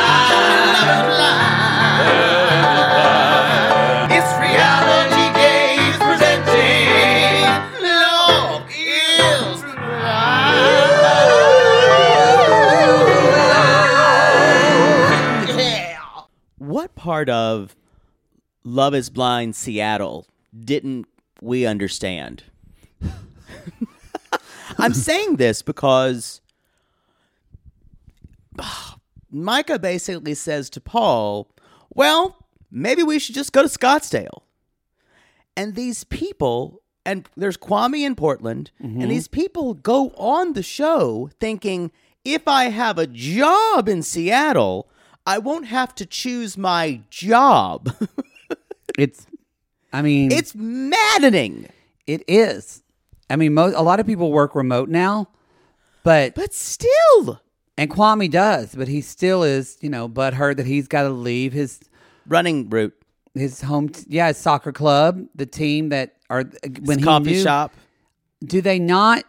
Love is blind. It's reality gaze presenting. Love is blind. Yeah. What part of Love is Blind Seattle didn't we understand? I'm saying this because Micah basically says to Paul, Well, maybe we should just go to Scottsdale. And these people, and there's Kwame in Portland, Mm-hmm. and these people go on the show thinking, If I have a job in Seattle, I won't have to choose my job. Mm-hmm. It's, I mean, It's maddening. it is. I mean, mo- a lot of people work remote now, but, But still, and Kwame does, but he still is, you know, but heard that he's got to leave his running route, his home, t- yeah, his soccer club, the team that are when he coffee knew- shop, Do they not?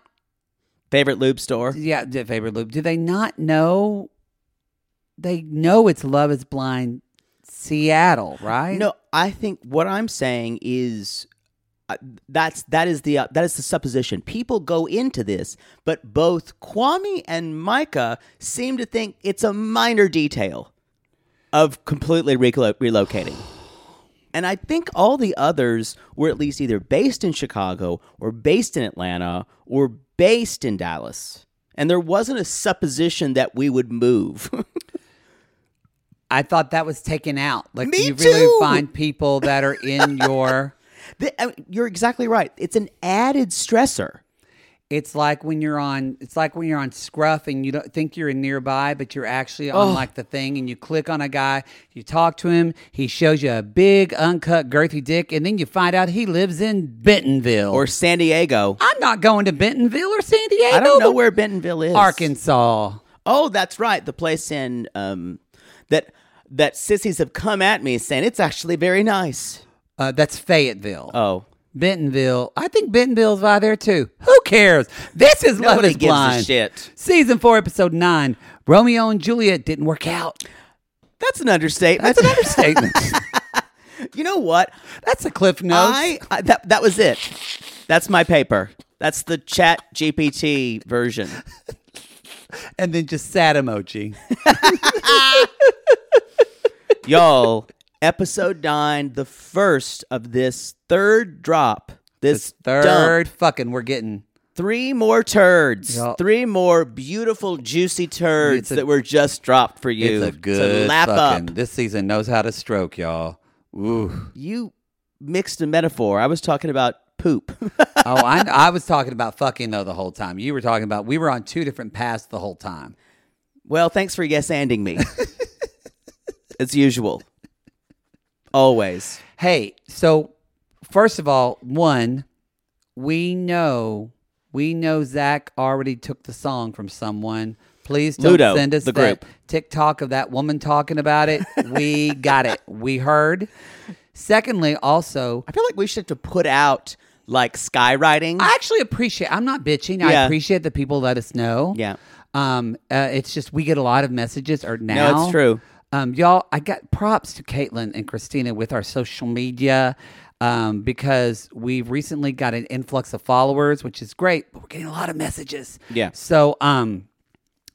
favorite lube store. Yeah, the favorite loop. Do they not know? They know it's Love Is Blind, Seattle, right? No, I think what I'm saying is uh, that's that is the uh, that is the supposition. People go into this, but both Kwame and Micah seem to think it's a minor detail of completely reclo- relocating. And I think all the others were at least either based in Chicago or based in Atlanta or based in Dallas. And there wasn't a supposition that we would move. I thought that was taken out. Like Me you really too. find people that are in your. Th- I mean, You're exactly right. It's an added stressor. It's like when you're on. It's like when you're on Scruff and you don't think you're in nearby, but you're actually on like the thing, and you click on a guy, you talk to him, he shows you a big uncut girthy dick, and then you find out he lives in Bentonville. or San Diego. I'm not going to Bentonville or San Diego. I don't know but where Bentonville is. Arkansas. Oh, that's right. The place in um that that sissies have come at me saying it's actually very nice. Uh, that's Fayetteville. Oh. Bentonville. I think Bentonville's by there too. Who cares? This is Love Nobody is gives a Blind. shit. Season 4, Episode 9. Romeo and Juliet didn't work out. That's an understatement. That's an understatement. you know what? that's a cliff note. I, I that that was it. That's my paper. That's the chat GPT version. and then just sad emoji. Y'all, episode 9, the first of this third drop. This, dump. Third fucking we're getting. Three more turds. Yup. Three more beautiful, juicy turds It's a- that were just dropped for you. it's a good to lap fucking. up. This season knows how to stroke, y'all. Ooh. You mixed a metaphor. I was talking about poop. Oh, I, I was talking about fucking though the whole time. You were talking about we were on two different paths the whole time. well, thanks for yes anding me. As usual. Always. Hey, so first of all, one, we know we know Zach already took the song from someone. Please don't Ludo, send us the that group. TikTok of that woman talking about it. We got it. We heard. Secondly, also, I feel like we should have to put out like skywriting. I actually appreciate. I'm not bitching. I Yeah. appreciate that people let us know. Yeah. Um. Uh, it's just we get a lot of messages or now. No, it's true. Um. Y'all, I got props to Caitlin and Christina with our social media. um, because we've recently got an influx of followers, which is great, but we're getting a lot of messages. Yeah. So um,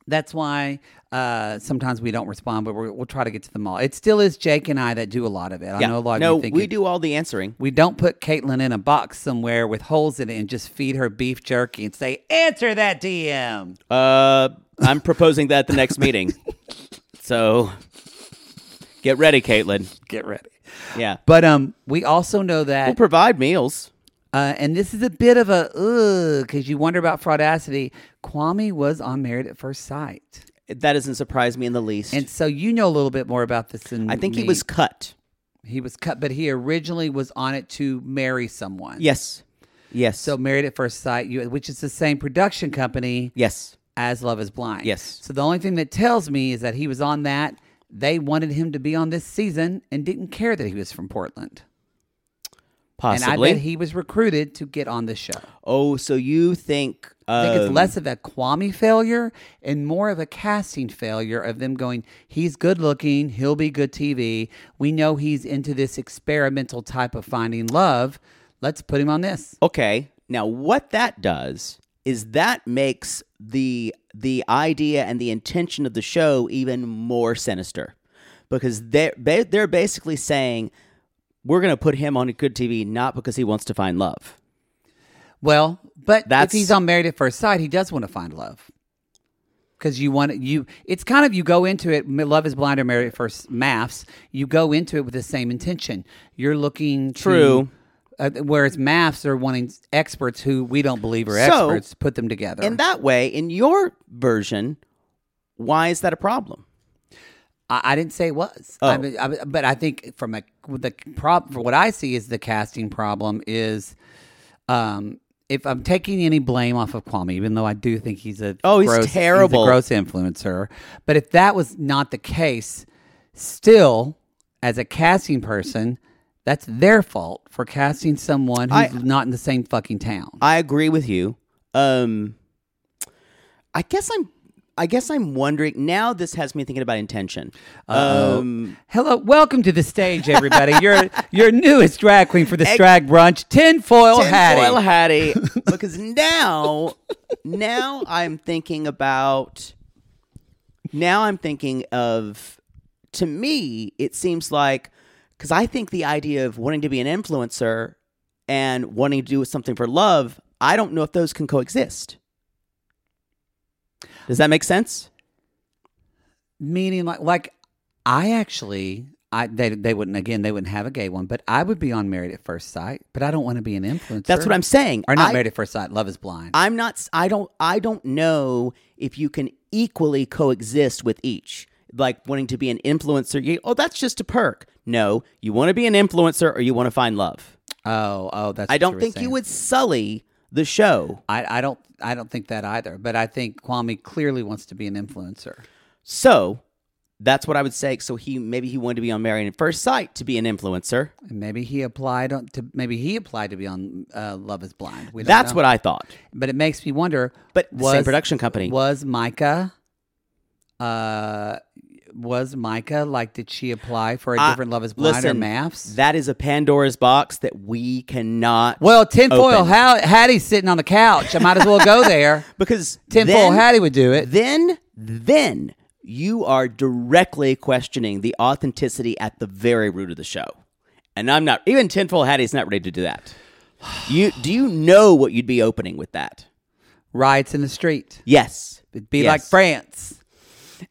that's why uh, sometimes we don't respond, but we're, we'll try to get to them all. It still is Jake and I that do a lot of it. I Yeah. know a lot of no, you think we it- do all the answering. We don't put Caitlin in a box somewhere with holes in it and just feed her beef jerky and say, answer that DM. Uh, I'm proposing that at the next meeting. So get ready, Caitlin. Get ready. Yeah. But um, we also know that We'll provide meals. Uh, and this is a bit of a ugh because you wonder about fraudacity. Kwame was on Married at First Sight, That doesn't surprise me in the least. and so you know a little bit more about this than I think he me. was cut. he was cut, but he originally was on it to marry someone. Yes. Yes. So Married at First Sight, you, which is the same production company yes. as Love Is Blind. Yes. So the only thing that tells me is that he was on that. They wanted him to be on this season and didn't care that he was from Portland. And I Possibly. bet he was recruited to get on the show. oh, so you think? I think it's um, less of a Kwame failure and more of a casting failure of them going, he's good looking, he'll be good TV. We know he's into this experimental type of finding love. Let's put him on this. Okay. Now what that does is that makes the the idea and the intention of the show even more sinister. Because they are they're basically saying we're going to put him on good TV not because he wants to find love. Well, but That's- if he's on Married at First Sight, he does want to find love. Because you want you, it's kind of you go into it. M- Love is blind or married at first. Maths, you go into it with the same intention. You're looking to- True. uh, whereas maths are wanting experts who we don't believe are So- experts. Put them together. In that way, in your version, why is that a problem? I, I didn't say it was. I Oh. mean, I, but I think from a the problem for what I see is the casting problem is, um, if I'm taking any blame off of Kwame, even though I do think he's a Oh, he's gross, a terrible. gross influencer. But if that was not the case, still as a casting person. That's their fault for casting someone who's I- not in the same fucking town. I agree with you. Um, I guess I'm. I guess I'm wondering now. This has me thinking about intention. Um, Hello, welcome to the stage, everybody. your your newest drag queen for the drag brunch, tinfoil oh, Hattie. tinfoil Hattie, because now, now I'm thinking about. Now I'm thinking of. To me, it seems like because I think the idea of wanting to be an influencer and wanting to do something for love, I don't know if those can coexist. Does that make sense? meaning like like I actually I they they wouldn't again they wouldn't have a gay one, but I would be on Married at First Sight, but I don't want to be an influencer. That's what I'm saying. Or not I, Married at First Sight, Love is Blind. I'm not. s- I don't. I don't know if you can equally coexist with each. Like wanting to be an influencer. You, oh, that's just a perk. No, you want to be an influencer or you want to find love. oh, oh, that's I what don't were think you saying. would sully the show. I, I don't I don't think that either, but I think Kwame clearly wants to be an influencer. So that's what I would say. So he maybe he wanted to be on Married at First Sight to be an influencer. And maybe he applied on, to maybe he applied to be on uh, Love is Blind. We don't That's know. what I thought. But it makes me wonder. But the same production company. was Micah? Uh, was Micah like? Did she apply for a I- different Love Is Blind or listen, Maths? That is a Pandora's box that we cannot. well, tinfoil open. How Hattie's sitting on the couch. I might as well go there. because tinfoil then- Hattie would do it. then then you are directly questioning the authenticity at the very root of the show and i'm not even tinfoil hattie's not ready to do that you do you know what you'd be opening with that Riots in the street. yes It'd be Yes. like France.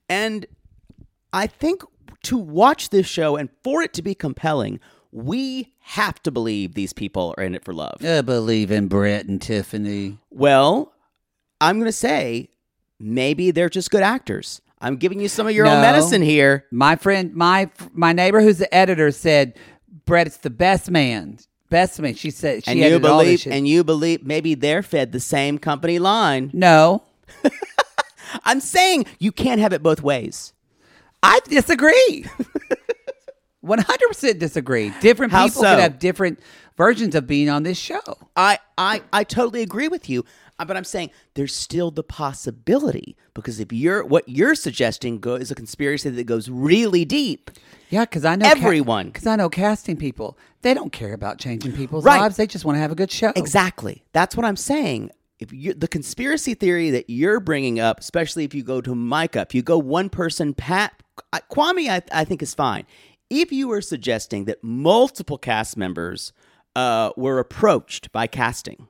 and i think to watch this show and for it to be compelling we have to believe these people are in it for love I believe in Brit and Tiffany. well i'm going to say maybe they're just good actors i'm giving you some of your own No. medicine here My friend, my my neighbor, who's the editor, said Brett's the best man. Best man. She said she and you edited all this believe shit. and you believe maybe they're fed the same company line no, i'm saying you can't have it both ways I disagree. One hundred percent disagree. Different How people so? could have different versions of being on this show. I, I, I totally agree with you. uh, But I'm saying there's still the possibility because if you're what you're suggesting go, is a conspiracy that goes really deep, Yeah, because I know Everyone. Because I know casting people, they don't care about changing people's Right. lives. They just want to have a good show. Exactly. That's what I'm saying. If you the conspiracy theory that you're bringing up, especially if you go to Micah, if you go one person, Pat I- Kwame, I, I think is fine. If you were suggesting that multiple cast members uh, were approached by casting,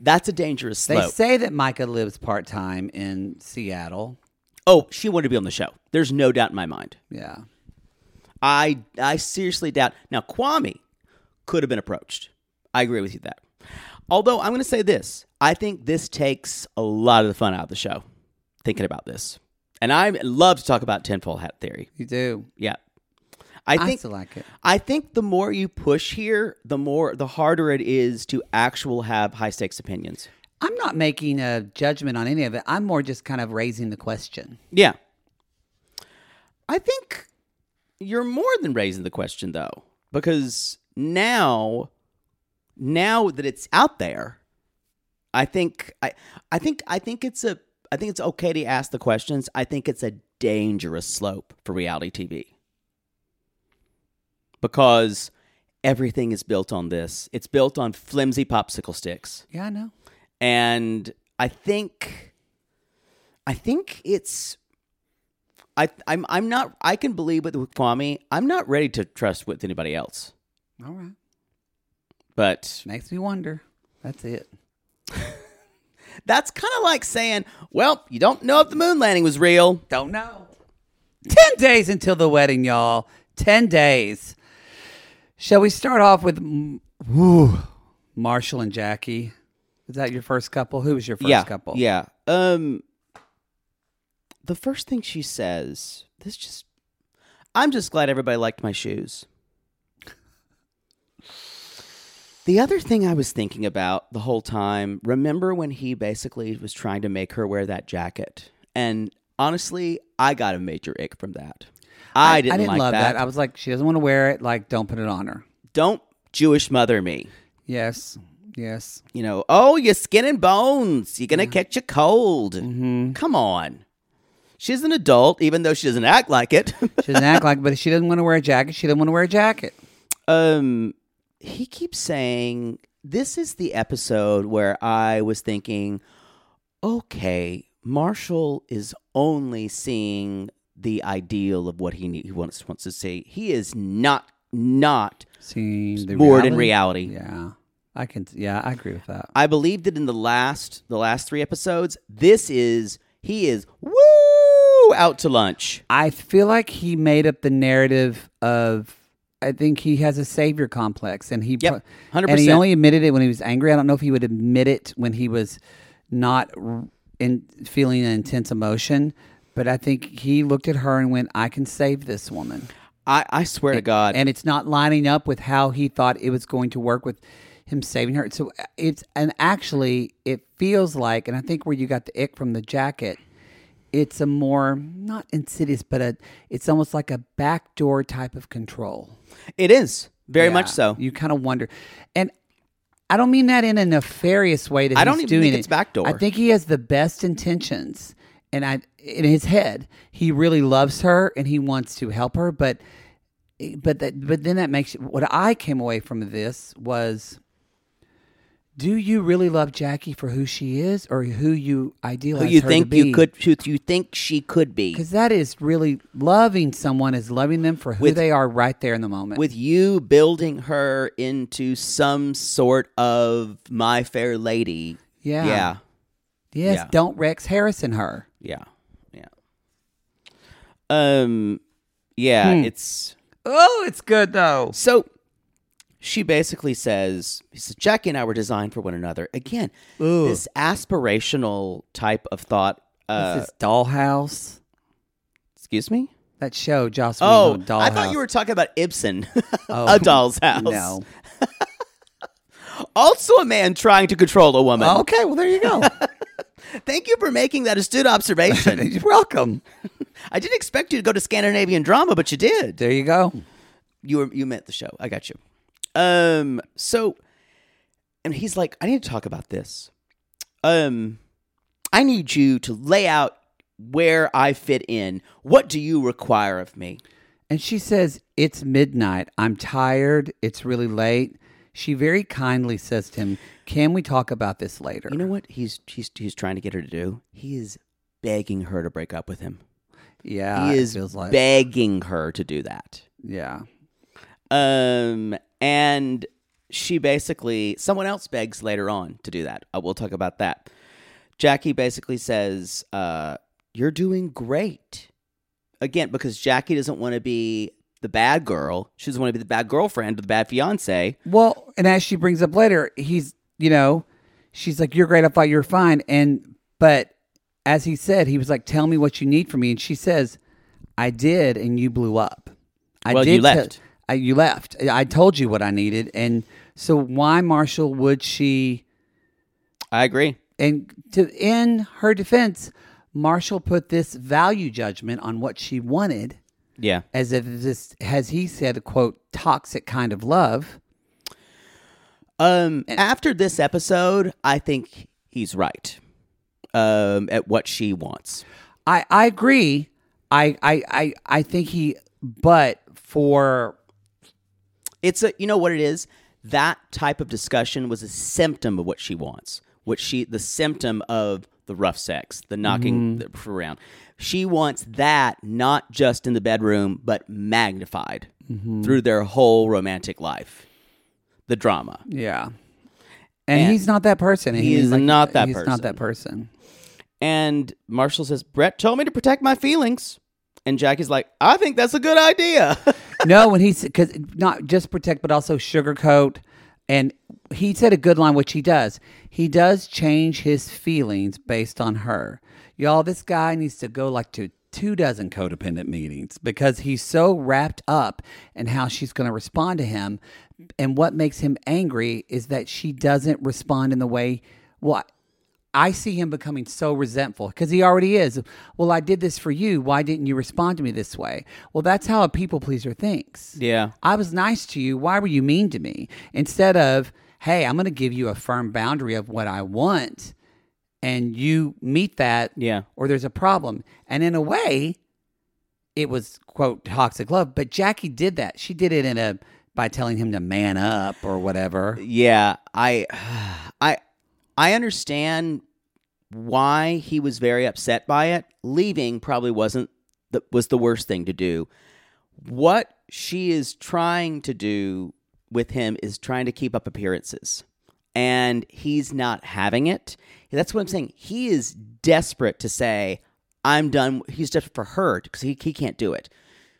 that's a dangerous Mm-hmm. They slope. say that Micah lives part time in Seattle. oh, she wanted to be on the show. There's no doubt in my mind. Yeah. I I seriously doubt. Now Kwame could have been approached. I agree with you that. Although I'm going to say this, I think this takes a lot of the fun out of the show. Thinking about this, and I love to talk about tinfoil hat theory. You do. Yeah, I I think still like it. I think the more you push here, the more the harder it is to actual have high stakes opinions. I'm not making a judgment on any of it. I'm more just kind of raising the question. Yeah, I think you're more than raising the question though, because now, now that it's out there, I think I, I think I think it's a I think it's okay to ask the questions. I think it's a dangerous slope for reality TV because everything is built on this. It's built on flimsy popsicle sticks, Yeah, I know. and I think, I think it's I, I'm I'm not I can believe it with Kwame. I'm not ready to trust with anybody else. All right. But Makes me wonder. That's it. that's kind of like saying, well, you don't know if the moon landing was real. Don't know. 10 days until the wedding, y'all. 10 days. Shall we start off with mm, whew, Marshall and Jackie? Is that your first couple? Who was your first yeah, couple? yeah. Um, the first thing she says, this just, I'm just glad everybody liked my shoes. The other thing I was thinking about the whole time, remember when he basically was trying to make her wear that jacket? And honestly, I got a major ick from that. I, didn't, like love that. I was like, she doesn't want to wear it. Like, don't put it on her. Don't Jewish mother me. Yes. Yes. You know, oh, your skin and bones. You're going to catch a cold. Come on. She's an adult, even though she doesn't act like it. She doesn't act like, but she doesn't want to wear a jacket. She doesn't want to wear a jacket. um, he keeps saying, This is the episode where I was thinking, okay, Marshall is only seeing the ideal of what he, need, he wants, wants to see. He is not, not Seeing the Bored in reality. Yeah. I can, yeah, I agree with that. I believe that in the last the last three episodes, this is he is woo out to lunch. I feel like he made up the narrative of I think he has a savior complex and he Yep, 100%. and he only admitted it when he was angry. I don't know if he would admit it when he was not r- in feeling an intense emotion, but I think he looked at her and went, "I can save this woman." I, I swear to God, And it's not lining up with how he thought it was going to work with him saving her. So it's and actually it feels like, and I think where you got the ick from the jacket, it's a more not insidious, but a it's almost like a backdoor type of control. it is very much Yeah. so. You kind of wonder, and I don't mean that in a nefarious way. That I don't he's even doing think it's it. backdoor. I think he has the best intentions, and I in his head he really loves her and he wants to help her, but but that but then that makes what I came away from this was. Do you really love Jackie for who she is, or who you idealize Who you her think to you be? could? Who you think she could be? Because that is really loving someone is loving them for who With- they are right there in the moment. With you building her into some sort of my fair lady. Yeah. yeah, Yes, Yeah. don't Rex Harrison her. yeah, yeah. Um, yeah, Hmm. it's. Oh, it's good though. So she basically says, he says, Jackie and I were designed for one another. Again, this aspirational type of thought. Uh, this is Dollhouse. excuse me? That show, Joss Oh, Whedon, Dollhouse. I thought you were talking about Ibsen, Oh. A Doll's House. No. Also, a man trying to control a woman. Okay, well there you go. Thank you for making that astute observation. You're welcome. I didn't expect you to go to Scandinavian drama, but you did. There you go. You were you meant the show. I got you. Um, so, and he's like, I need to talk about this. Um, I need you to lay out where I fit in. What do you require of me? And she says, It's midnight. I'm tired. It's really late. She very kindly says to him, Can we talk about this later? You know what he's he's he's trying to get her to do? He is begging her to break up with him. yeah, he Uh, it is feels like. begging her to do that. yeah. Um, and she basically, someone else begs later on to do that. Uh, we'll talk about that. Jackie basically says, uh, You're doing great. Again, because Jackie doesn't want to be the bad girl. She doesn't want to be the bad girlfriend or the bad fiance. Well, and as she brings up later, he's, you know, she's like, You're great. I thought you were fine. And, but as he said, he was like, Tell me what you need from me. And she says, I did. And you blew up. I Well, did. you te- left. I, you left. I I told you what I needed. And so why, Marshall, would she. I agree. And to in her defense, Marshall put this value judgment on what she wanted, Yeah. as if this, as he said, quote, toxic kind of love. Um, after this episode, I think he's right um, at what she wants. I, I agree. I, I, I, I think he, but for It's a you know what it is? That type of discussion was a symptom of what she wants. What she the symptom of the rough sex, the knocking the- around. She wants that not just in the bedroom, but magnified through their whole romantic life. The drama. yeah, and, And he's not that person. he is was not that he's person. not that person. And Marshall says, Brett told me to protect my feelings. And Jackie's like, I think that's a good idea. no, when he because not just protect, but also sugarcoat. And he said a good line, which he does. He does change his feelings based on her. Y'all, this guy needs to go like to two dozen codependent meetings because he's so wrapped up in how she's going to respond to him. And what makes him angry is that she doesn't respond in the way. Well, I see him becoming so resentful because he already is. Well, I did this for you. Why didn't you respond to me this way? Well, that's how a people pleaser thinks. Yeah. I was nice to you. Why were you mean to me? Instead of, hey, I'm going to give you a firm boundary of what I want and you meet that. Yeah. Or there's a problem. And in a way, it was, quote, toxic love. But Jackie did that. She did it in a, by telling him to man up or whatever. Uh, Yeah, I I I understand why he was very upset by it. Leaving probably wasn't the, was the worst thing to do. What she is trying to do with him is trying to keep up appearances. And he's not having it. That's what I'm saying. He is desperate to say, I'm done. He's desperate for her because he, he can't do it.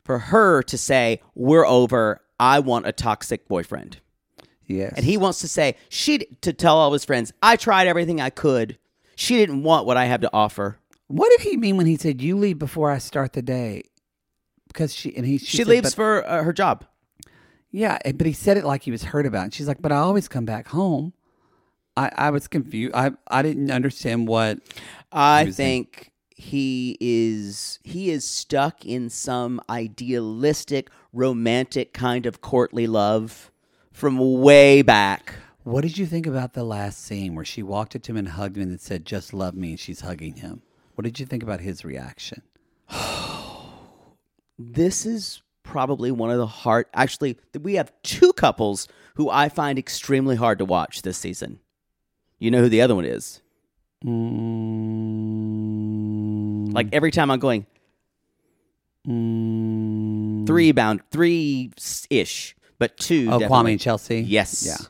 For her to say, We're over. I want a toxic boyfriend. Yes. And he wants to say, she to tell all his friends, I tried everything I could. She didn't want what I have to offer. What did he mean when he said "you leave before I start the day"? Because she and he She, she, said, leaves but- for uh, her job. yeah, and- but he said it like he was hurt about. It. She's like, "But I always come back home." I I was confused. I I didn't understand what. I He was in- think he is he is stuck in some idealistic, romantic kind of courtly love from way back. What did you think about the last scene where she walked up to him and hugged him and said, "Just love me," and she's hugging him? What did you think about his reaction? This is probably one of the hard. Actually, we have two couples who I find extremely hard to watch this season. You know who the other one is? Mm, Like every time I'm going three bound three ish, but two. oh, Kwame definitely. and Chelsea. Yes. Yeah.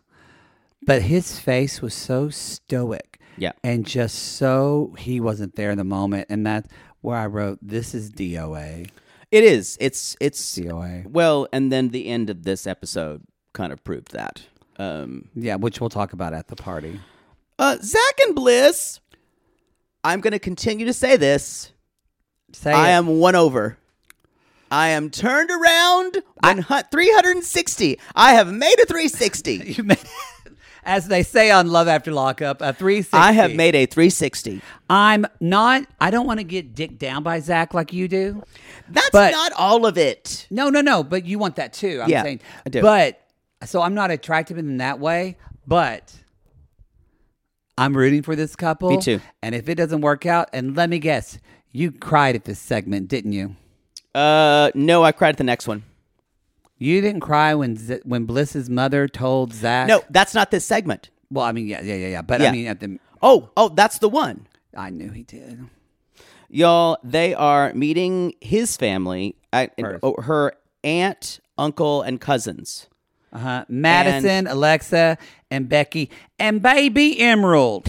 But his face was so stoic. Yeah. and just so he wasn't there in the moment and that's where i wrote this is doa It is. It's it's doa well, and then the end of this episode kind of proved that. Um, yeah which we'll talk about at the party uh, Zach and Bliss. I'm going to continue to say this. say I it. am won over. I am turned around. I, 360. I have made a 360. You made- as they say on love after lockup a 360 I have made a 360. i'm not i don't want to get dicked down by zach like you do That's But- not all of it. no no no but you want that too i'm Yeah, saying I do. but so I'm not attractive in that way, but I'm rooting for this couple. Me too. And if it doesn't work out, and let me guess, you cried at this segment, didn't you? Uh, no, I cried at the next one. You didn't cry when Z- when Bliss's mother told Zach. No, that's not this segment. Well, I mean, yeah, yeah, yeah, yeah. But Yeah. I mean, at the Oh, oh, that's the one. I knew he did. Y'all, they are meeting his family, at, her. Oh, her aunt, uncle, and cousins. Uh-huh. Uh, Madison, Alexa, and Becky, and baby Emerald.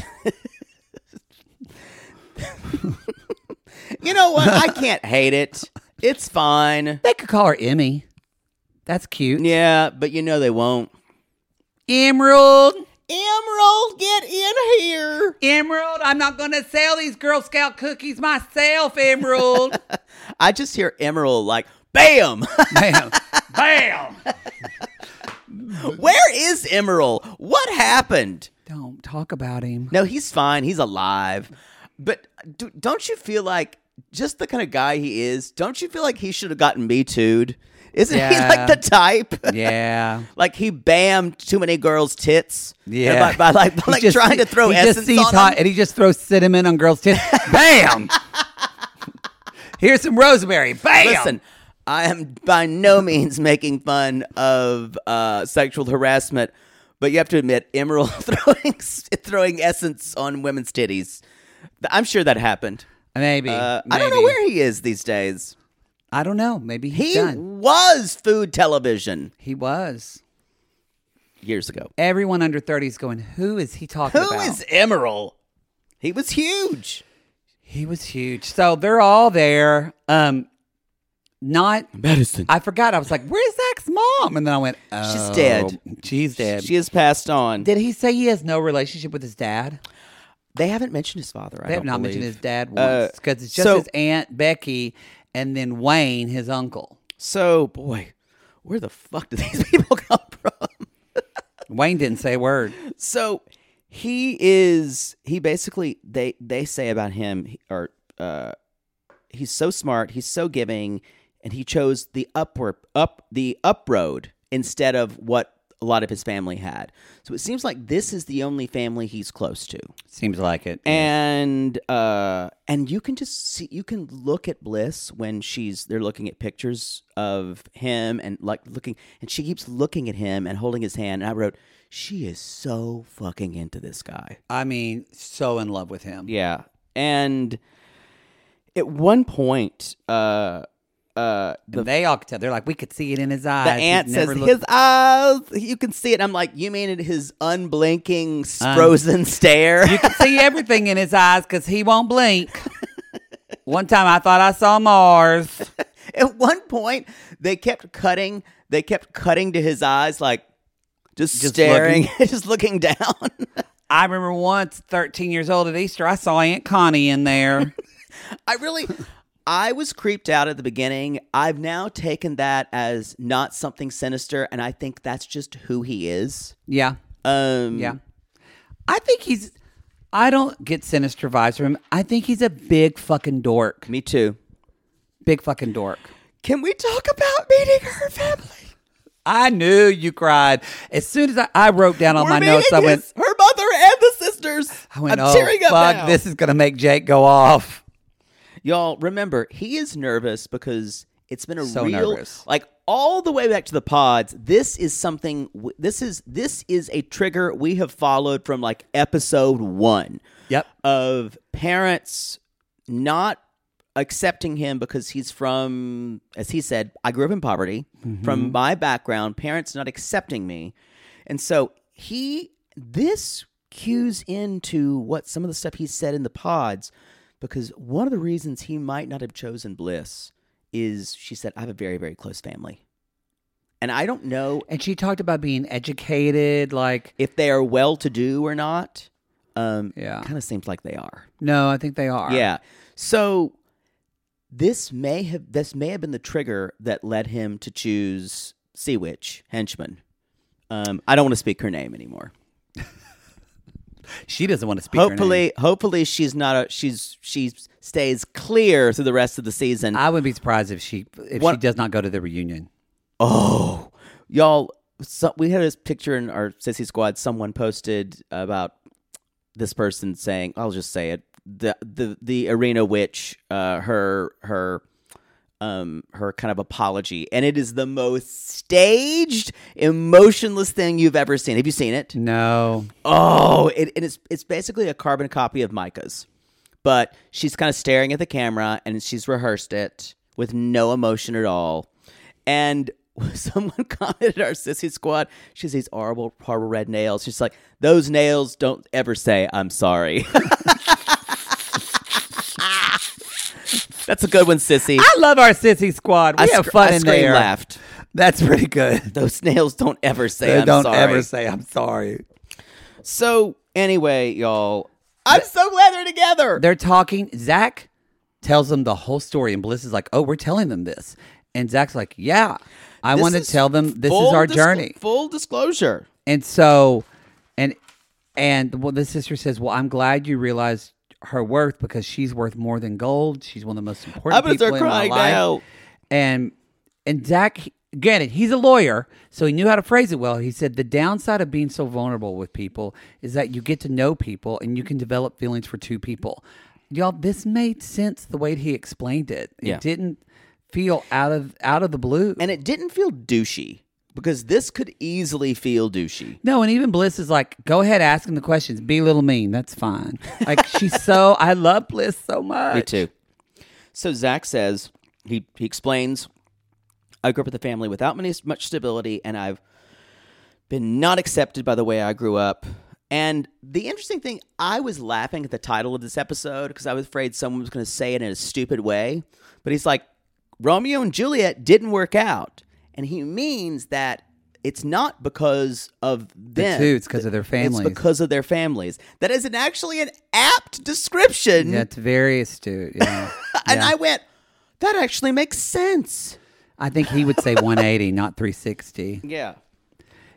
You know what? I can't hate it. It's fine. they could call her Emmy. That's cute. Yeah, but you know they won't. Emerald, Emerald, get in here. Emerald. I'm not gonna sell these Girl Scout cookies myself, Emerald. I just hear Emerald like, bam. Bam, bam. Where is Emerald? What happened? Don't talk about him. No, he's fine. He's alive. But do, don't you feel like just the kind of guy he is? Don't you feel like he should have gotten me too'd? Isn't he Yeah. like the type? Yeah. Like he bammed too many girls' tits. Yeah. By, by like, by He like just- trying to throw he essence just sees on hot, them. and he just throws cinnamon on girls' tits. Bam! Here's some rosemary. Bam! Listen, I am by no means making fun of uh, sexual harassment, but you have to admit, Emerald throwing throwing essence on women's titties. I'm sure that happened. maybe, Uh, I don't know maybe. where he is these days. I don't know. Maybe He he's done. was food television He was. years ago. Everyone under thirty is going. Who is he talking Who about? is Emerald? He was huge. He was huge. So they're all there. Um, not Madison. I forgot. I was like, "Where's Zach's mom?" And then I went, oh, She's dead. She's dead." She has passed on. Did he say he has no relationship with his dad? They haven't mentioned his father. I They have don't not believe. mentioned his dad Uh, once because it's just so- his aunt Becky and then Wayne, his uncle. So, boy, where the fuck do these people come from? Wayne didn't say a word. So he is he basically they they say about him he- or uh he's so smart, he's so giving, and he chose the upward up the up road instead of what a lot of his family had. So it seems like this is the only family he's close to. Seems like it. And uh and you can just see you can look at Bliss when she's they're looking at pictures of him and like looking and she keeps looking at him and holding his hand and I wrote she is so fucking into this guy. I mean, so in love with him. Yeah. And at one point uh uh And they all could tell. They're like, we could see it in his the eyes. He's aunt says never looked- his eyes you can see it I'm like you mean it his unblinking s- frozen stare. You can see everything in his eyes because he won't blink. One time I thought I saw Mars. At one point, they kept cutting. They kept cutting to his eyes, like just, Just staring, just looking down. I remember once, 13 years old at Easter, I saw Aunt Connie in there. I really, I was creeped out at the beginning. I've now taken that as not something sinister, and I think that's just who he is. yeah. Um, Yeah. I think he's, I don't get sinister vibes from him. I think he's a big fucking dork. me too. Big fucking dork. Can we talk about meeting her family? I knew you cried. As soon as I, I wrote down on We're my meeting notes, I went, his- her mother and the sisters. I went, I'm oh, tearing up fuck, now. this is going to make Jake go off. Y'all remember he is nervous because it's been a So real nervous. like all the way back to the pods. This is something. w- This is this is a trigger we have followed from like episode one Yep. of parents not accepting him because he's from, as he said, I grew up in poverty. From my background, parents not accepting me. And so he, this cues into what some of the stuff he said in the pods, because one of the reasons he might not have chosen Bliss is she said, I have a very, very close family. And I don't know And she talked about being educated, like, if they are well to do or not. Um, Yeah. Kind of seems like they are. no, I think they are. Yeah. So this may have this may have been the trigger that led him to choose Sea Witch henchman. Um, I don't want to speak her name anymore. She doesn't want to speak. her name. hopefully, hopefully she's not a she's she stays clear through the rest of the season. I wouldn't be surprised if she if she What- does not go to the reunion. oh, y'all, so, we had this picture in our sissy squad. Someone posted about this person saying, "I'll just say it." The the the arena witch, uh, her her um her kind of apology, and it is the most staged, emotionless thing you've ever seen. Have you seen it? No. Oh, it, and it's it's basically a carbon copy of Micah's, but she's kind of staring at the camera and she's rehearsed it with no emotion at all. And someone commented our sissy squad, she has these horrible, horrible red nails. She's like, those nails don't ever say I'm sorry. That's a good one, sissy. I love our sissy squad. We I have sc- fun I in scream there. laughed. That's pretty good. Those nails don't ever say They I'm don't sorry. ever say I'm sorry. so anyway, y'all, I'm so glad they're together. They're talking. Zach tells them the whole story, and Bliss is like, "Oh, we're telling them this," and Zach's like, "Yeah, I This want to is tell them this is full our disclo- journey." Full disclosure. And so, and and well, the sister says, "Well, I'm glad you realized her worth because she's worth more than gold. She's one of the most important I'm gonna people start in my crying life." now. And and Zach, he- granted, he's a lawyer, so he knew how to phrase it well. He said, "The downside of being so vulnerable with people is that you get to know people and you can develop feelings for two people." Y'all, this made sense the way he explained it. It Yeah. didn't feel out of out of the blue. And it didn't feel douchey because this could easily feel douchey. No, and even Bliss is like, go ahead, ask him the questions. Be a little mean. That's fine. Like she's so I love Bliss so much. Me too. So Zach says he he explains, I grew up with a family without many, much stability, and I've been not accepted by the way I grew up. And the interesting thing, I was laughing at the title of this episode because I was afraid someone was going to say it in a stupid way. But he's like, Romeo and Juliet didn't work out, and he means that. It's not because of them. two, it's 'cause of their It's families. because of their families. That isn't actually an apt description That's very astute. Yeah. and Yeah. I went, that actually makes sense. I think he would say 180, not 360. Yeah.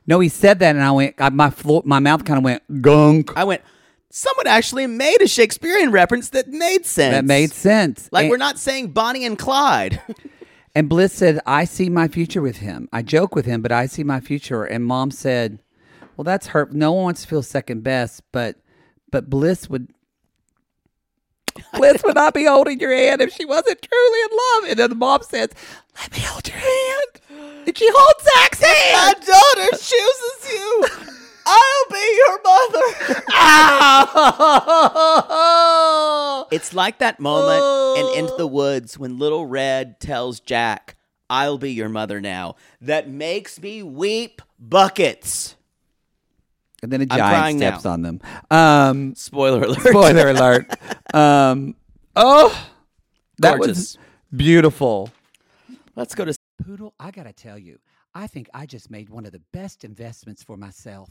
No, he said that, and I went. I, my floor, my mouth kind of went gunk. I went, someone actually made a Shakespearean reference that made eh, sense. That made sense. Like, and, we're not saying Bonnie and Clyde. And Bliss said, "I see my future with him. I joke with him, but I see my future." And Mom said, "Well, that's her. No one wants to feel second best, but but Bliss would." Bliss would not be holding your hand if she wasn't truly in love. And then the mom says, Let me hold your hand. And she holds Zach's My hand. daughter chooses you. I'll be your mother. It's like that moment in Into the Woods when Little Red tells Jack, I'll be your mother now. That makes me weep buckets. And then a crying giant now. steps on them. Um, Spoiler alert. spoiler alert. Um, oh, that Gorgeous. was beautiful. Let's go to Poodle, I gotta tell you, I think I just made one of the best investments for myself.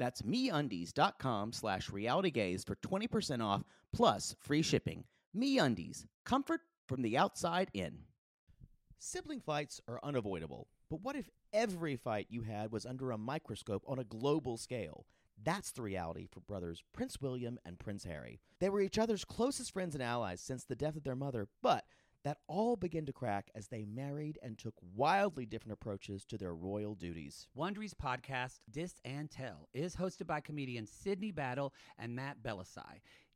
That's meundies.com slash realitygaze for 20% off plus free shipping. MeUndies, comfort from the outside in. Sibling fights are unavoidable, but what if every fight you had was under a microscope on a global scale? That's the reality for brothers Prince William and Prince Harry. They were each other's closest friends and allies since the death of their mother, but that all began to crack as they married and took wildly different approaches to their royal duties. Wondery's podcast, Dis and Tell, is hosted by comedians Sydney Battle and Matt Belisai.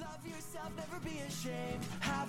Love yourself, never be ashamed. Have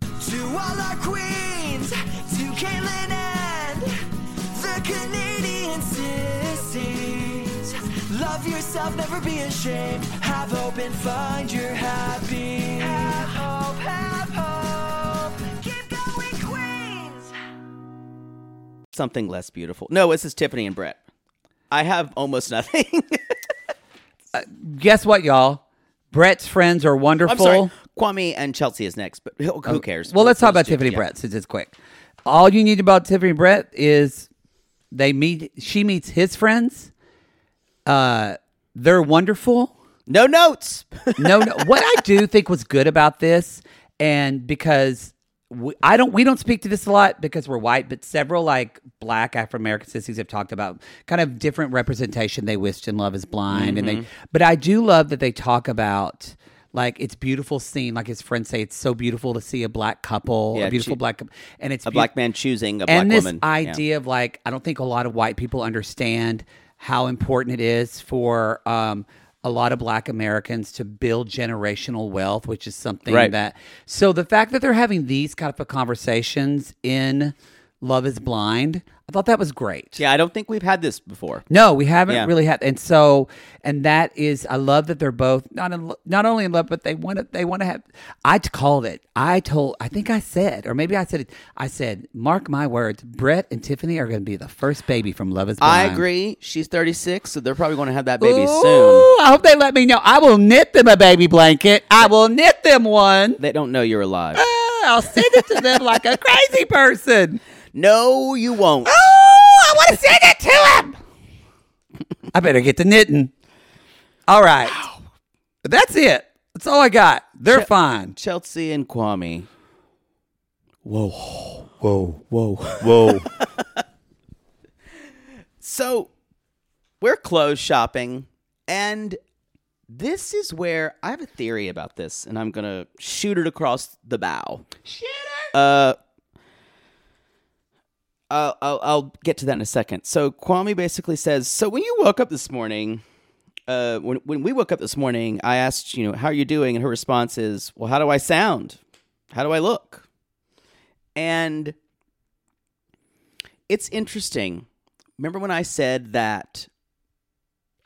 To all our queens, to Caitlin and the Canadian sissies. Love yourself, never be ashamed. Have hope and find your happy. Have hope, have hope. Keep going, Queens. Something less beautiful. No, this is Tiffany and Brett. I have almost nothing. Guess what, y'all? Brett's friends are wonderful. I'm sorry. Kwame and Chelsea is next, but who, who cares? Well, let's talk about just do- Tiffany yeah. Brett since it's quick. All you need about Tiffany Brett is they meet. She meets his friends. Uh, they're wonderful. No notes. No, no. what I do think was good about this, and because we, I don't, we don't speak to this a lot because we're white, but several like black Afro American sissies have talked about kind of different representation they wished in Love Is Blind, Mm-hmm. and they. But I do love that they talk about. Like it's beautiful scene, like his friends say, it's so beautiful to see a black couple, Yeah, a beautiful she- black couple, and it's a beau- black man choosing a and black this woman. Yeah. idea of like i don't think a lot of white people understand how important it is for um, a lot of black americans to build generational wealth which is something Right. that so the fact that they're having these kind of conversations in love is blind i thought that was great Yeah, I don't think we've had this before. no, we haven't Yeah. really had, and so, and that is, I love that they're both not in, lo- not only in love, but they want to, they want to have. I t- called it. I told, I think I said, or maybe I said it. I said, mark my words, Brett and Tiffany are going to be the first baby from Love Is I Blind. agree. She's 36, so they're probably going to have that baby Ooh, soon. I hope they let me know. I will knit them a baby blanket. I will knit them one. They don't know you're alive. Ah, I'll send it to them like a crazy person. No, you won't. Oh, I want to send it to him. I better get to knitting. All right. That's it. That's all I got. They're fine. Chelsea and Kwame. Whoa, whoa, whoa. So we're clothes shopping, and this is where I have a theory about this, and I'm gonna shoot it across the bow. Shoot it. Uh, I'll, I'll I'll get to that in a second. So Kwame basically says, so when you woke up this morning. Uh, when when we woke up this morning, I asked, you know, how are you doing, and her response is, "Well, how do I sound? How do I look?" And it's interesting. Remember when I said that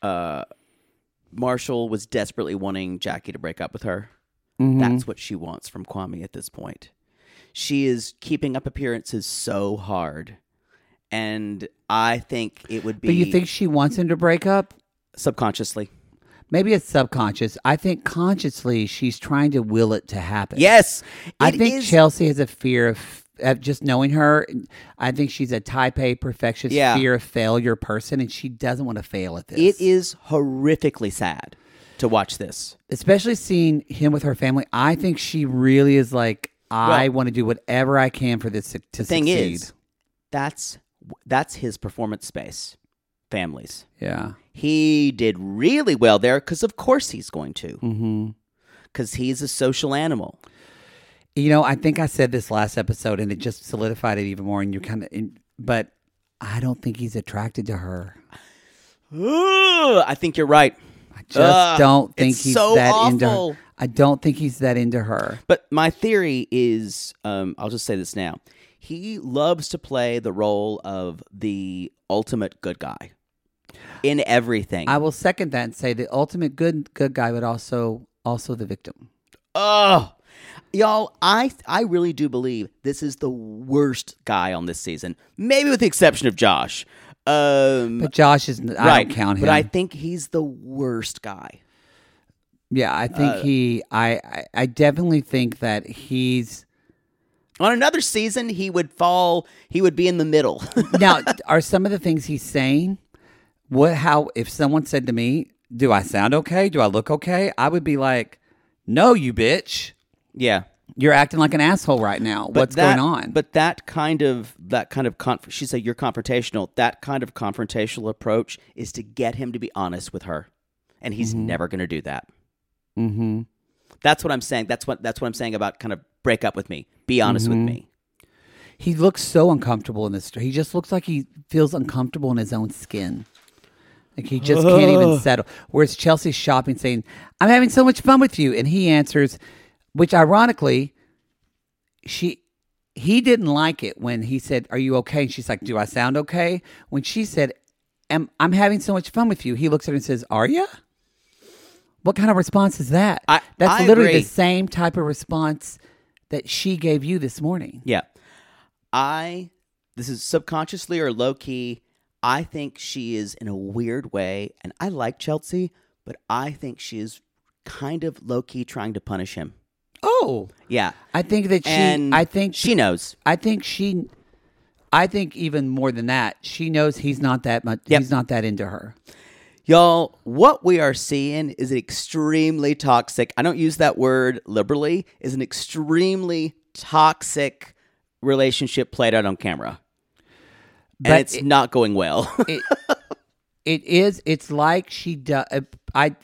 uh, Marshall was desperately wanting Jackie to break up with her? Mm-hmm. That's what she wants from Kwame at this point. She is keeping up appearances so hard. And I think it would be But you think she wants him to break up? subconsciously. Maybe it's subconscious. I think consciously she's trying to will it to happen. Yes. I it think is- Chelsea has a fear of, of just knowing her. I think she's a type A perfectionist, Yeah. fear of failure person, and she doesn't want to fail at this. it is horrifically sad to watch this. especially seeing him with her family, I think she really is like, I Well- want to do whatever I can for this to, to Thing succeed. is, that's that's his performance space. Families. yeah, he did really well there because of course he's going to Mm-hmm. because he's a social animal you know, I think I said this last episode, and it just solidified it even more. And you're kind of, but I don't think he's attracted to her. Ugh, i think you're right I just Ugh, don't think it's he's so that awful. into. Her. I don't think he's that into her. but my theory is um, i'll just say this now he loves to play the role of the ultimate good guy in everything I will second that and say the ultimate good good guy, but also also the victim. Oh, y'all, I I really do believe this is the worst guy on this season, maybe with the exception of Josh. Um, But Josh is. n- I right, don't count him. but I think he's the worst guy. yeah, I think Uh, he. I, I I definitely think that he's. On another season, he would fall. He would be in the middle. now are some of the things he's saying what how if someone said to me do i sound okay do i look okay i would be like no you bitch yeah, you're acting like an asshole right now But what's that- going on But that kind of that kind of conf- she said you're confrontational. That kind of confrontational approach is to get him to be honest with her, and he's never going to do that. mm-hmm. That's what I'm saying. That's what that's what I'm saying about kind of break up with me. Be honest Mm-hmm. with me. he looks so uncomfortable in this he just looks like he feels uncomfortable in his own skin like he just can't even settle whereas chelsea's shopping saying i'm having so much fun with you and he answers which ironically she he didn't like it when he said, "Are you okay?" And she's like, "Do I sound okay?" When she said, "Am I'm having so much fun with you?" He looks at her and says, "Are you?" What kind of response is that? I- That's I literally agree. the same type of response that she gave you this morning. Yeah. I this is subconsciously or low key, I think she is in a weird way, and I like Chelsea, but I think she is kind of low key trying to punish him. Oh, Yeah, I think that she. and I think she knows. I think she. I think even more than that, she knows he's not that much. Yep. He's not that into her. Y'all, what we are seeing is an extremely toxic. I don't use that word liberally. Is an extremely toxic relationship played out on camera, and But it's it- not going well. it, it is it's like she does i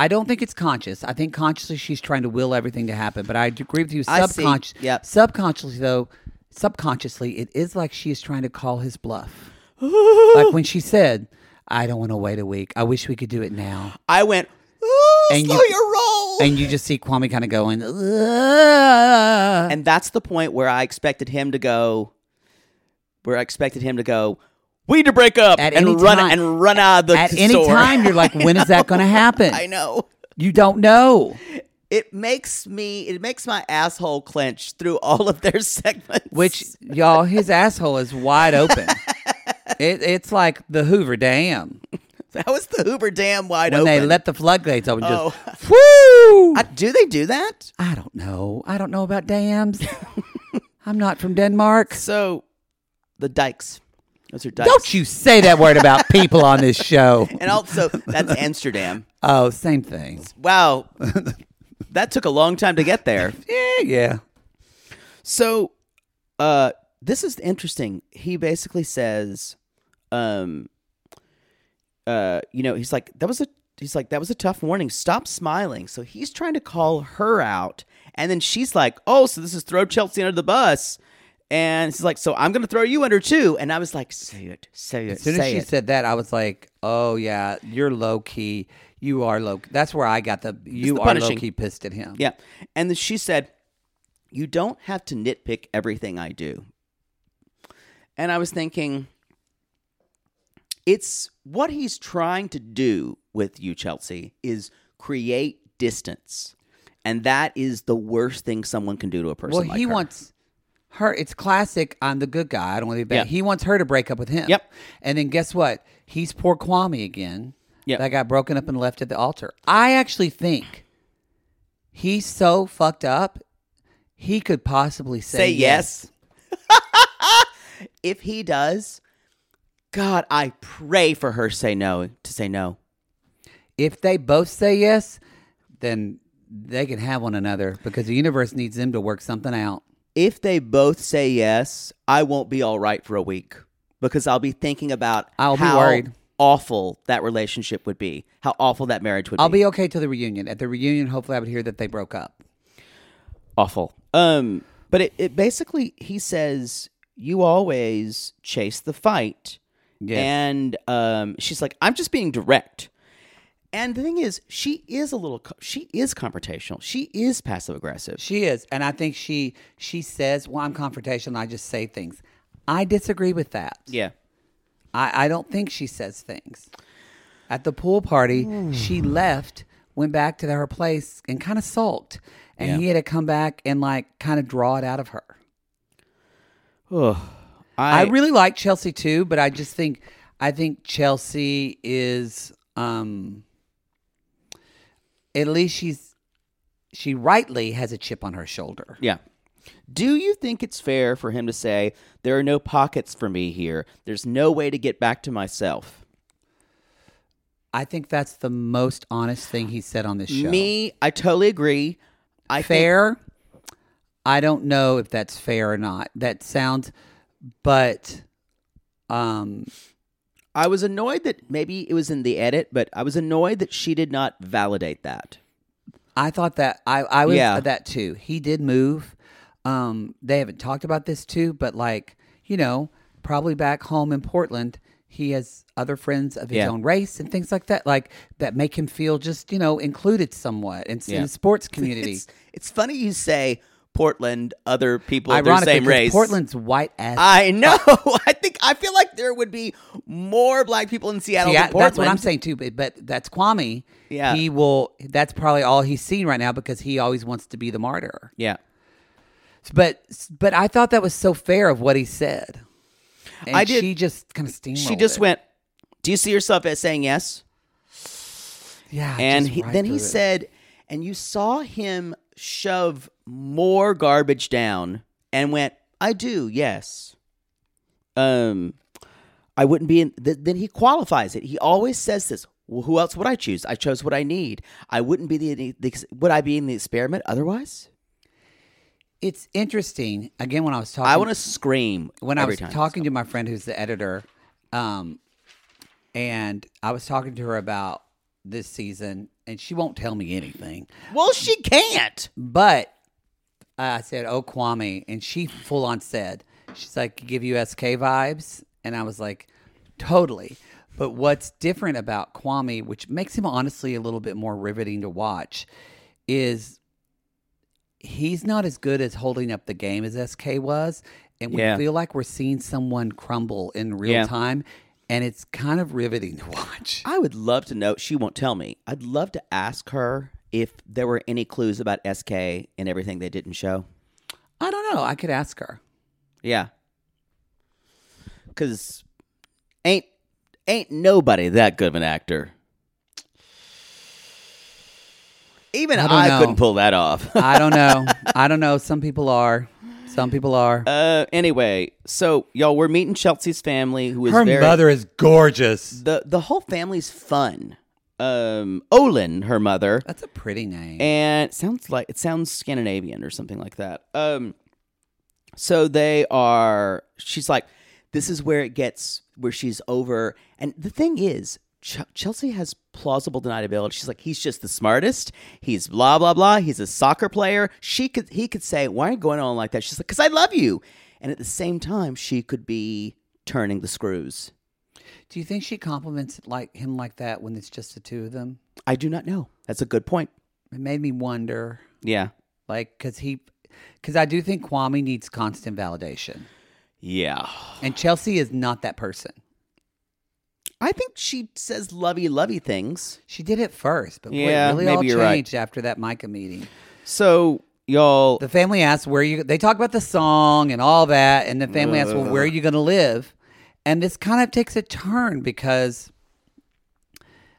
i don't think it's conscious i think consciously she's trying to will everything to happen but i agree with you I see. subconscious Yep. subconsciously though subconsciously it is like she is trying to call his bluff like when she said i don't want to wait a week i wish we could do it now I went, Ooh, And slow you- your roll. and you just see kwame kind of going "Ugh." and that's the point where I expected him to go. Where I expected him to go, we need to break up At any and run time- and run out of the at store. any time you're like when is that going to happen I know. you don't know It makes me. It makes my asshole clench through all of their segments. Which y'all, his asshole is wide open. It, it's like the Hoover Dam that was the Hoover Dam wide when open. Oh. they let the floodgates open. Just woo! I- I, do they do that? don't know. I don't know about dams. I'm not from Denmark. So, the dikes. Those are dikes. Don't you say that word about people on this show. And also, that's Amsterdam. Oh, same thing. Wow, that took a long time to get there. Yeah, yeah. So, uh, this is interesting. He basically says, um, uh, you know, he's like, that was a, he's like, that was a tough warning. Stop smiling. So he's trying to call her out, and then she's like, oh, so this is throw Chelsea under the bus, and she's like, so I'm gonna throw you under too. And I was like, say it, say it, As soon as say she it. said that, I was like, "Oh yeah, you're low key. You are low." That's where I got the you the are low punishing. key pissed at him. yeah, and then she said, you don't have to nitpick everything I do. And I was thinking, it's what he's trying to do with you, Chelsea, is create distance. And that is the worst thing someone can do to a person. Well, like he her. wants her. It's classic. I'm the good guy. I don't want to be bad. Yeah. He wants her to break up with him. Yep. And then guess what? He's poor Kwame again. Yep. That got broken up and left at the altar. I actually think he's so fucked up. He could possibly say, say, yes. if he does, God, I pray for her say no to say no. If they both say yes, then they can have one another because the universe needs them to work something out. If they both say yes, I won't be all right for a week because I'll be thinking about I'll be how worried. awful that relationship would be, how awful that marriage would I'll be. be okay till the reunion. At the reunion, hopefully, I would hear that they broke up. awful. Um, but it, it basically he says you always chase the fight, Yes. and um, she's like, I'm just being direct. And the thing is, she is a little, co- she is confrontational. She is passive aggressive. She is, and I think she she says, "Well, I'm confrontational. I just say things." I disagree with that. Yeah, I, I don't think she says things. At the pool party, she left, went back to her place, and kind of sulked. And he had to come back and like kind of draw it out of her. I, really like Chelsea too, but I just think I think Chelsea is um at least she's she rightly has a chip on her shoulder. yeah. Do you think it's fair for him to say there are no pockets for me here? There's no way to get back to myself. I think that's the most honest thing he said on this show. Me, I totally agree. I think- fair. I don't know if that's fair or not. That sounds, but um, I was annoyed that maybe it was in the edit, but I was annoyed that she did not validate that. I thought that I I was Yeah. that too. He did move. Um, they haven't talked about this too, but like you know, probably back home in Portland, he has other friends of his Yeah. own race and things like that, like that make him feel just you know included somewhat in, in Yeah. the sports community. It's, it's funny you say Portland, other people of the Ironically, same 'cause race. Portland's white as I know. I think I feel like there would be more black people Oh, in Seattle Yeah, than Portland. that's what I'm saying too. But, but that's Kwame. Yeah. he will. That's probably all he's seen right now because he always wants to be the martyr. Yeah. But but I thought that was so fair of what he said. And I did- she just kind of steamrolled. She just it. went, Do you see yourself as saying yes? yeah. and just he, right then he through it. said, and you saw him shove more garbage down and went, I do, yes. Um, I wouldn't be in. Th- then he qualifies it. He always says this. Well, who else would I choose? I chose what I need. I wouldn't be the, the would I be in the experiment otherwise? it's interesting. Again, when I was talking, I want to scream when I every was time. talking to my friend who's the editor, um, and I was talking to her about this season, and she won't tell me anything. Well, she can't. But I said, "Oh, Kwame," and she full on said, "She's like give you SK vibes," and I was like, "Totally." But what's different about Kwame, which makes him honestly a little bit more riveting to watch, is he's not as good as holding up the game as SK was, and we Yeah. feel like we're seeing someone crumble in real Yeah. time, and it's kind of riveting to watch. I would love to know. She won't tell me. I'd love to ask her if there were any clues about SK and everything they didn't show. I don't know. I could ask her. Yeah. Cause ain't ain't nobody that good of an actor. Even I, I don't know. couldn't pull that off. I don't know. I don't know. Some people are. Some people are. uh anyway, so y'all we're meeting Chelsea's family who is Her very mother is gorgeous. the the whole family's fun. Um Olin, her mother. That's a pretty name. and it sounds like it sounds Scandinavian or something like that. Um, so they are. She's like, this is where it gets where she's over. And the thing is, Ch- Chelsea has plausible deniability. She's like, he's just the smartest. He's blah blah blah. He's a soccer player. She could he could say, why are you going on like that? She's like, because I love you. And at the same time, she could be turning the screws. Do you think she compliments like him like that when it's just the two of them? I do not know. That's a good point. It made me wonder, Yeah. like, because he, because I do think Kwame needs constant validation, Yeah. and Chelsea is not that person. I think she says lovey lovey things. She did it first, but boy, it Yeah, really maybe all you're right. changed after that Micah meeting. So y'all, The family asked where you. They talk about the song and all that, and the family asks, "Well, where are you going to live?" And this kind of takes a turn because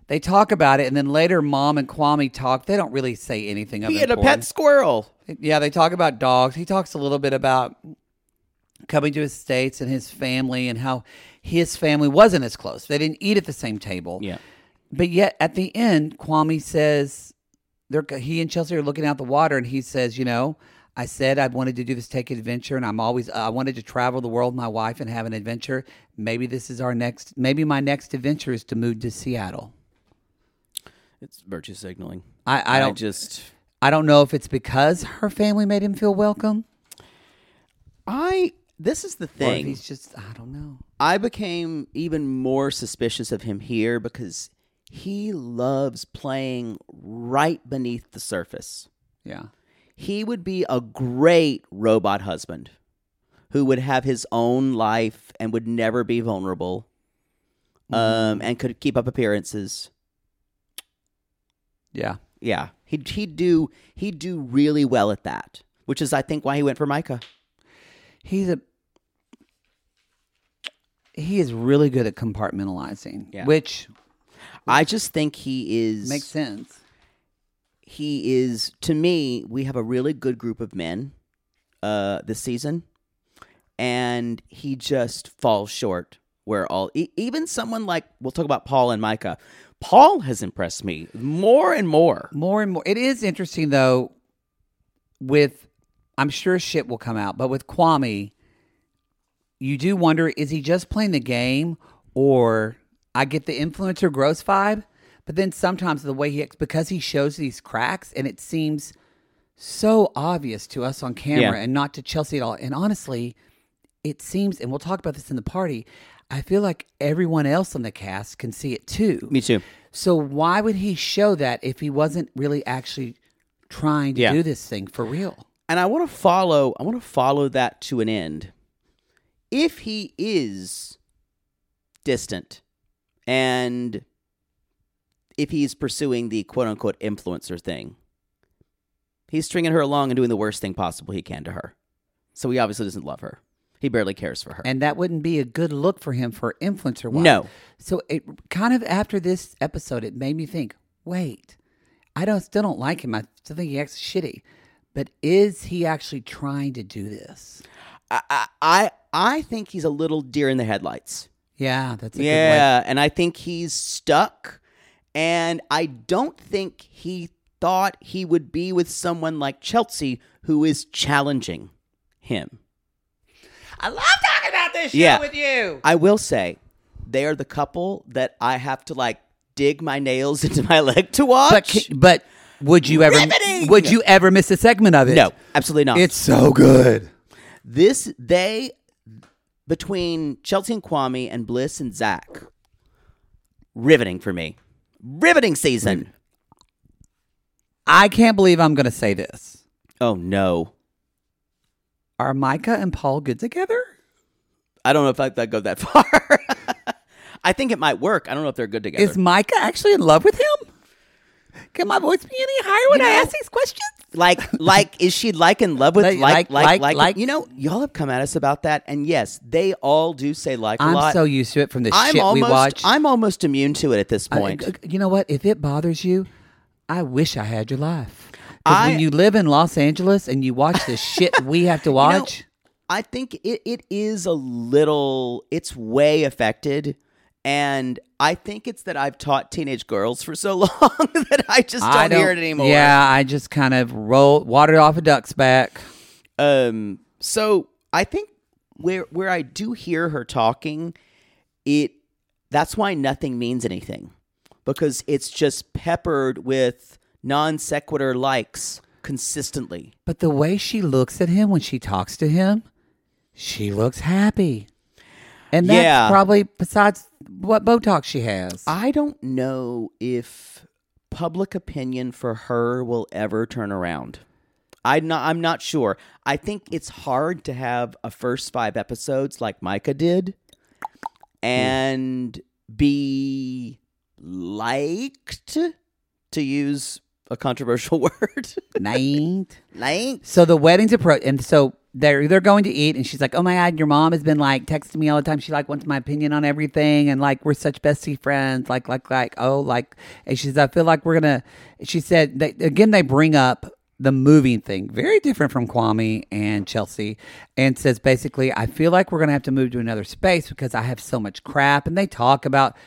they talk about it, and then later, mom and Kwame talk. They don't really say anything of he had a pet importance. squirrel. Yeah, they talk about dogs. He talks a little bit about coming to his states and his family and how his family wasn't as close. They didn't eat at the same table. But yet at the end, Kwame says, they're, he and Chelsea are looking out the water, and he says, you know, I said I wanted to do this take adventure, and I'm always I wanted to travel the world, with my wife, and have an adventure. Maybe this is our next. Maybe my next adventure is to move to Seattle. it's virtue signaling. I, I don't just. I don't know if it's because her family made him feel welcome, I. This is the or if thing. he's just I don't know. I became even more suspicious of him here because he loves playing right beneath the surface. Yeah, He would be a great robot husband who would have his own life and would never be vulnerable um, and could keep up appearances. yeah. Yeah, he'd he'd do he'd do really well at that, which is I think why he went for Micah. he's a he is really good at compartmentalizing, Yeah. which I just think he is makes sense. He is to me. We have a really good group of men uh, this season, and he just falls short. Where all e- even someone like we'll talk about Paul and Micah. Paul has impressed me more and more. More and more, it is interesting though. With I'm sure shit will come out, but with Kwame, you do wonder: is he just playing the game, or I get the influencer gross vibe? But then sometimes the way he acts, because he shows these cracks, and it seems so obvious to us on camera Yeah. and not to Chelsea at all. And honestly, it seems, and we'll talk about this in the party. I feel like everyone else on the cast can see it too. Me too. So why would he show that if he wasn't really actually trying to Yeah. do this thing for real? and I want to follow. I want to follow that to an end. If he is distant, and if he's pursuing the quote unquote influencer thing, he's stringing her along and doing the worst thing possible he can to her. So he obviously doesn't love her. He barely cares for her. and that wouldn't be a good look for him for influencer wise. No. So it kind of after this episode, it made me think. Wait, I don't still don't like him. I still think he acts shitty. But is he actually trying to do this? I, I, I, I think he's a little deer in the headlights. Yeah, that's a good Yeah, and I think he's stuck. And I don't think he thought he would be with someone like Chelsea who is challenging him. way. I love talking about this show Yeah. with you. I will say, they are the couple that I have to like dig my nails into my leg to watch. But ca- but would you ever Riveting! would you ever miss a segment of it? no, absolutely not. It's So good. this they between Chelsea and Kwame and Bliss and Zach. Riveting for me. Riveting season. I can't believe I'm going to say this. Oh no. Are Micah and Paul good together? I don't know if I would go that far. I think it might work. I don't know if they're good together. Is Micah actually in love with him? Can my voice be any higher when You I know- ask these questions? like like is she like in love with Like- like like like- like, like- like, like- you know y'all have come at us about that and yes they all do say like a I'm lot so used to it from the I'm shit almost we watch. I'm almost immune to it at this I- point you know what? If it bothers you, I wish I had your life. 'Cause I- when you live in Los Angeles and you watch the shit we have to You know, watch, I think it, it is a little, it's way affected. And I think it's that I've taught teenage girls for so long that I just don't, I don't hear it anymore. Yeah, I just kind of roll water off a duck's back. Um, so I think where where I do hear her talking, it that's why nothing means anything. Because it's just peppered with non sequitur likes consistently. But the way she looks at him when she talks to him, she looks happy. And that's Yeah. probably besides what Botox she has. I don't know if public opinion for her will ever turn around. I'm not, I'm not sure. I think it's hard to have a first five episodes like Micah did and be liked, to use a controversial word. Night. liked. So the wedding's approach, and so they're they're going to eat, and she's like, "Oh my god, your mom has been like texting me all the time. She like wants my opinion on everything, and like we're such bestie friends. Like like like oh like." And she says, "I feel like we're gonna." She said they, again. They bring up the moving thing, very different from Kwame and Chelsea, and says basically, "I feel like we're gonna have to move to another space because I have so much crap." And they talk about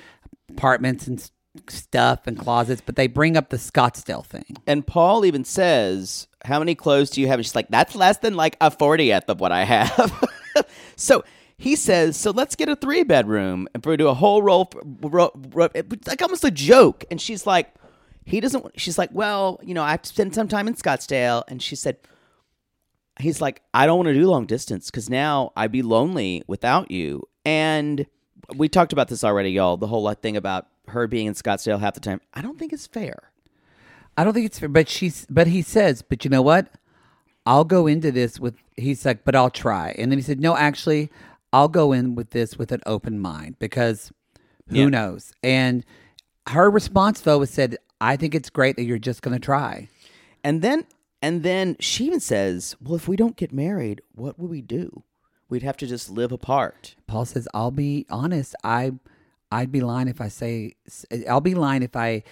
apartments and s- stuff and closets, but they bring up the Scottsdale thing. And Paul even says, How many clothes do you have? And she's like, That's less than like a 40th of what I have. so he says, So let's get a three bedroom and we do a whole roll, ro ro- it's like almost a joke. And she's like, He doesn't, want-" she's like, Well, you know, I have to spend some time in Scottsdale. And she said, He's like, I don't want to do long distance because now I'd be lonely without you. And we talked about this already, y'all, the whole thing about her being in Scottsdale half the time. I don't think it's fair. I don't think it's fair, but she's but he says, but you know what? I'll go into this with he's like, but I'll try. And then he said, no, actually, I'll go in with this with an open mind because who knows? And her response though was said, I think it's great that you're just gonna try. And then and then she even says, "Well, if we don't get married, what would we do? We'd have to just live apart." Paul says, I'll be honest, I I'd be lying if I say I'll be lying if I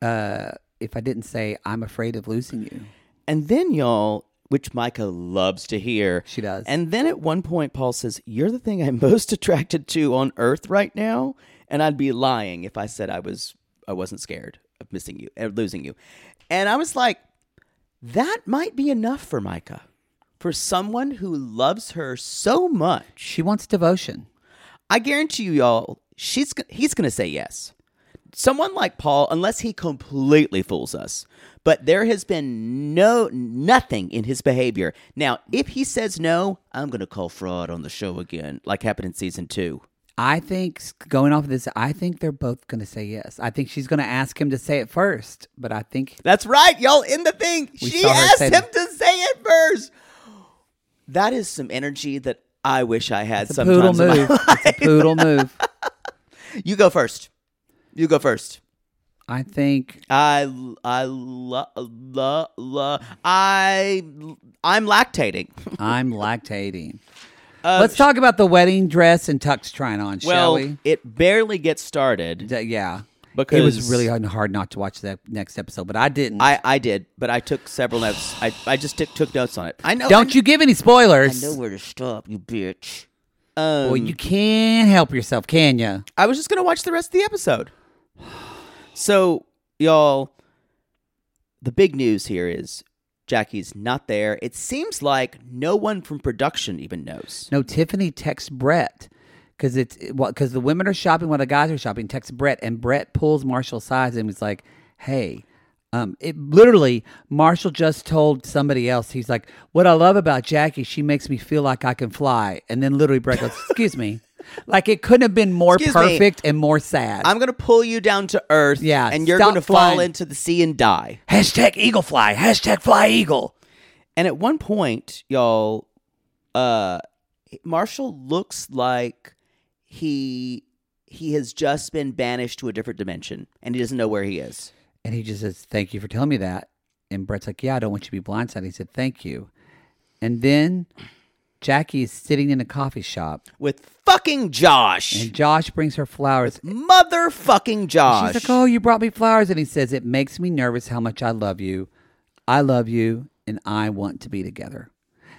uh if I didn't say I'm afraid of losing you. And then y'all, which Micah loves to hear, She does. And then at one point Paul says, "You're the thing I'm most attracted to on earth right now, and I'd be lying if I said I was I wasn't scared of missing you or losing you." And I was like, that might be enough for Micah. For someone who loves her so much, She wants devotion. I guarantee you, y'all, she's go- he's going to say yes. Someone like Paul, unless he completely fools us, but there has been no nothing in his behavior. Now, if he says no, I'm going to call fraud on the show again, like happened in season two. I think s- going off of this, I think they're both going to say yes. I think she's going to ask him to say it first, but I think That's right, y'all. In the thing, We she saw her asked say him that. to say it first. That is some energy that I wish I had. it's a poodle sometimes in my move. It's a poodle move. life. You go first. You go first. I think I I lo, lo, lo, I I'm lactating. I'm lactating. Let's talk about the wedding dress and tux trying on, shall Uh, Well, we? it barely gets started. D- yeah. Because it was really hard, hard not to watch that next episode, but I didn't. I, I did, but I took several notes. I, I just took, took notes on it. I know. Don't you give any spoilers. where to stop, you bitch. Um, Well, you can't help yourself, can you? I was just gonna watch the rest of the episode. So, y'all, the big news here is Jackie's not there. It seems like no one from production even knows. No, Tiffany texts Brett because it's because the women are shopping while the guys are shopping. Texts Brett and Brett pulls Marshall aside and was like, "Hey." Um, it literally, Marshall just told somebody else. He's like, "What I love about Jackie, she makes me feel like I can fly." And then literally, Brett goes, "Excuse me," like it couldn't have been more Excuse me. perfect and more sad. I'm gonna pull you down to earth, Yeah, and you're stop gonna fall flying. into the sea and die. hashtag Eagle Fly. Hashtag Fly Eagle. And at one point, y'all, uh, Marshall looks like he he has just been banished to a different dimension, and he doesn't know where he is. And he just says, Thank you for telling me that. And Brett's like, Yeah, I don't want you to be blindsided. He said, Thank you. And then Jackie is sitting in a coffee shop With fucking Josh, and Josh brings her flowers. motherfucking Josh. She's like, Oh, you brought me flowers. And he says, It makes me nervous how much I love you. I love you and I want to be together.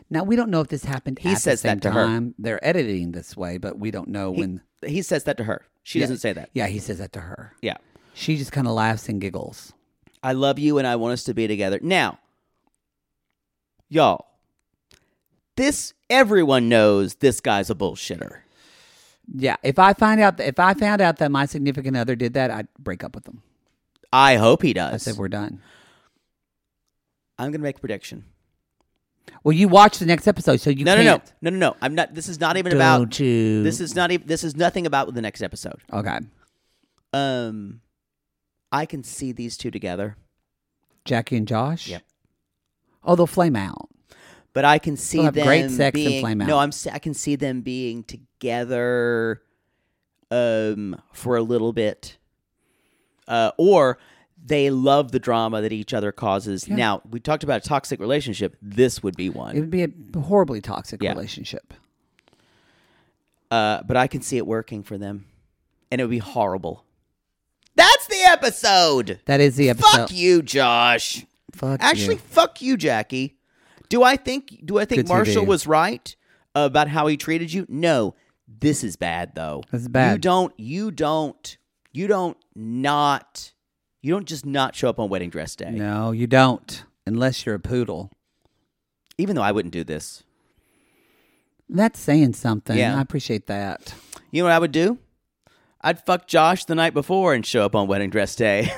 Now, we don't know if this happened He at says the same that to her. time. They're editing this way, but we don't know He- when. He, says that to her. She doesn't say that. Yeah, he says that to her. Yeah. She just kind of laughs and giggles. I love you and I want us to be together. Now, y'all, this, everyone knows this guy's a bullshitter. Yeah, if I find out if I found out that my significant other did that, I'd break up with them. I hope he I does. said we're done. I'm going to make a prediction. Well, you watch the next episode, so you no, can't. no, no, no, no, no. I'm not. This is not even Don't about. you. This is not even. This is nothing about the next episode. okay. Um, I can see these two together, Jackie and Josh. Yep. Oh, they'll flame out. but I can see They'll have them great sex and being, flame out. No, I'm. s- I can see them being together, um, for a little bit, uh, or they love the drama that each other causes. Yeah. Now we talked about a toxic relationship. This would be one. It would be a horribly toxic Yeah. relationship. Uh, but I can see it working for them, and it would be horrible. That's the episode. That is the episode. Fuck you, Josh. Fuck Actually, you. fuck you, Jackie. Do I think do I think Good TV. Marshall was right about how he treated you? No. This is bad though. This is bad. You don't you don't you don't not you don't just not show up on wedding dress day. No, you don't. Unless you're a poodle. Even though I wouldn't do this. That's saying something. Yeah. I appreciate that. You know what I would do? I'd fuck Josh the night before and show up on wedding dress day.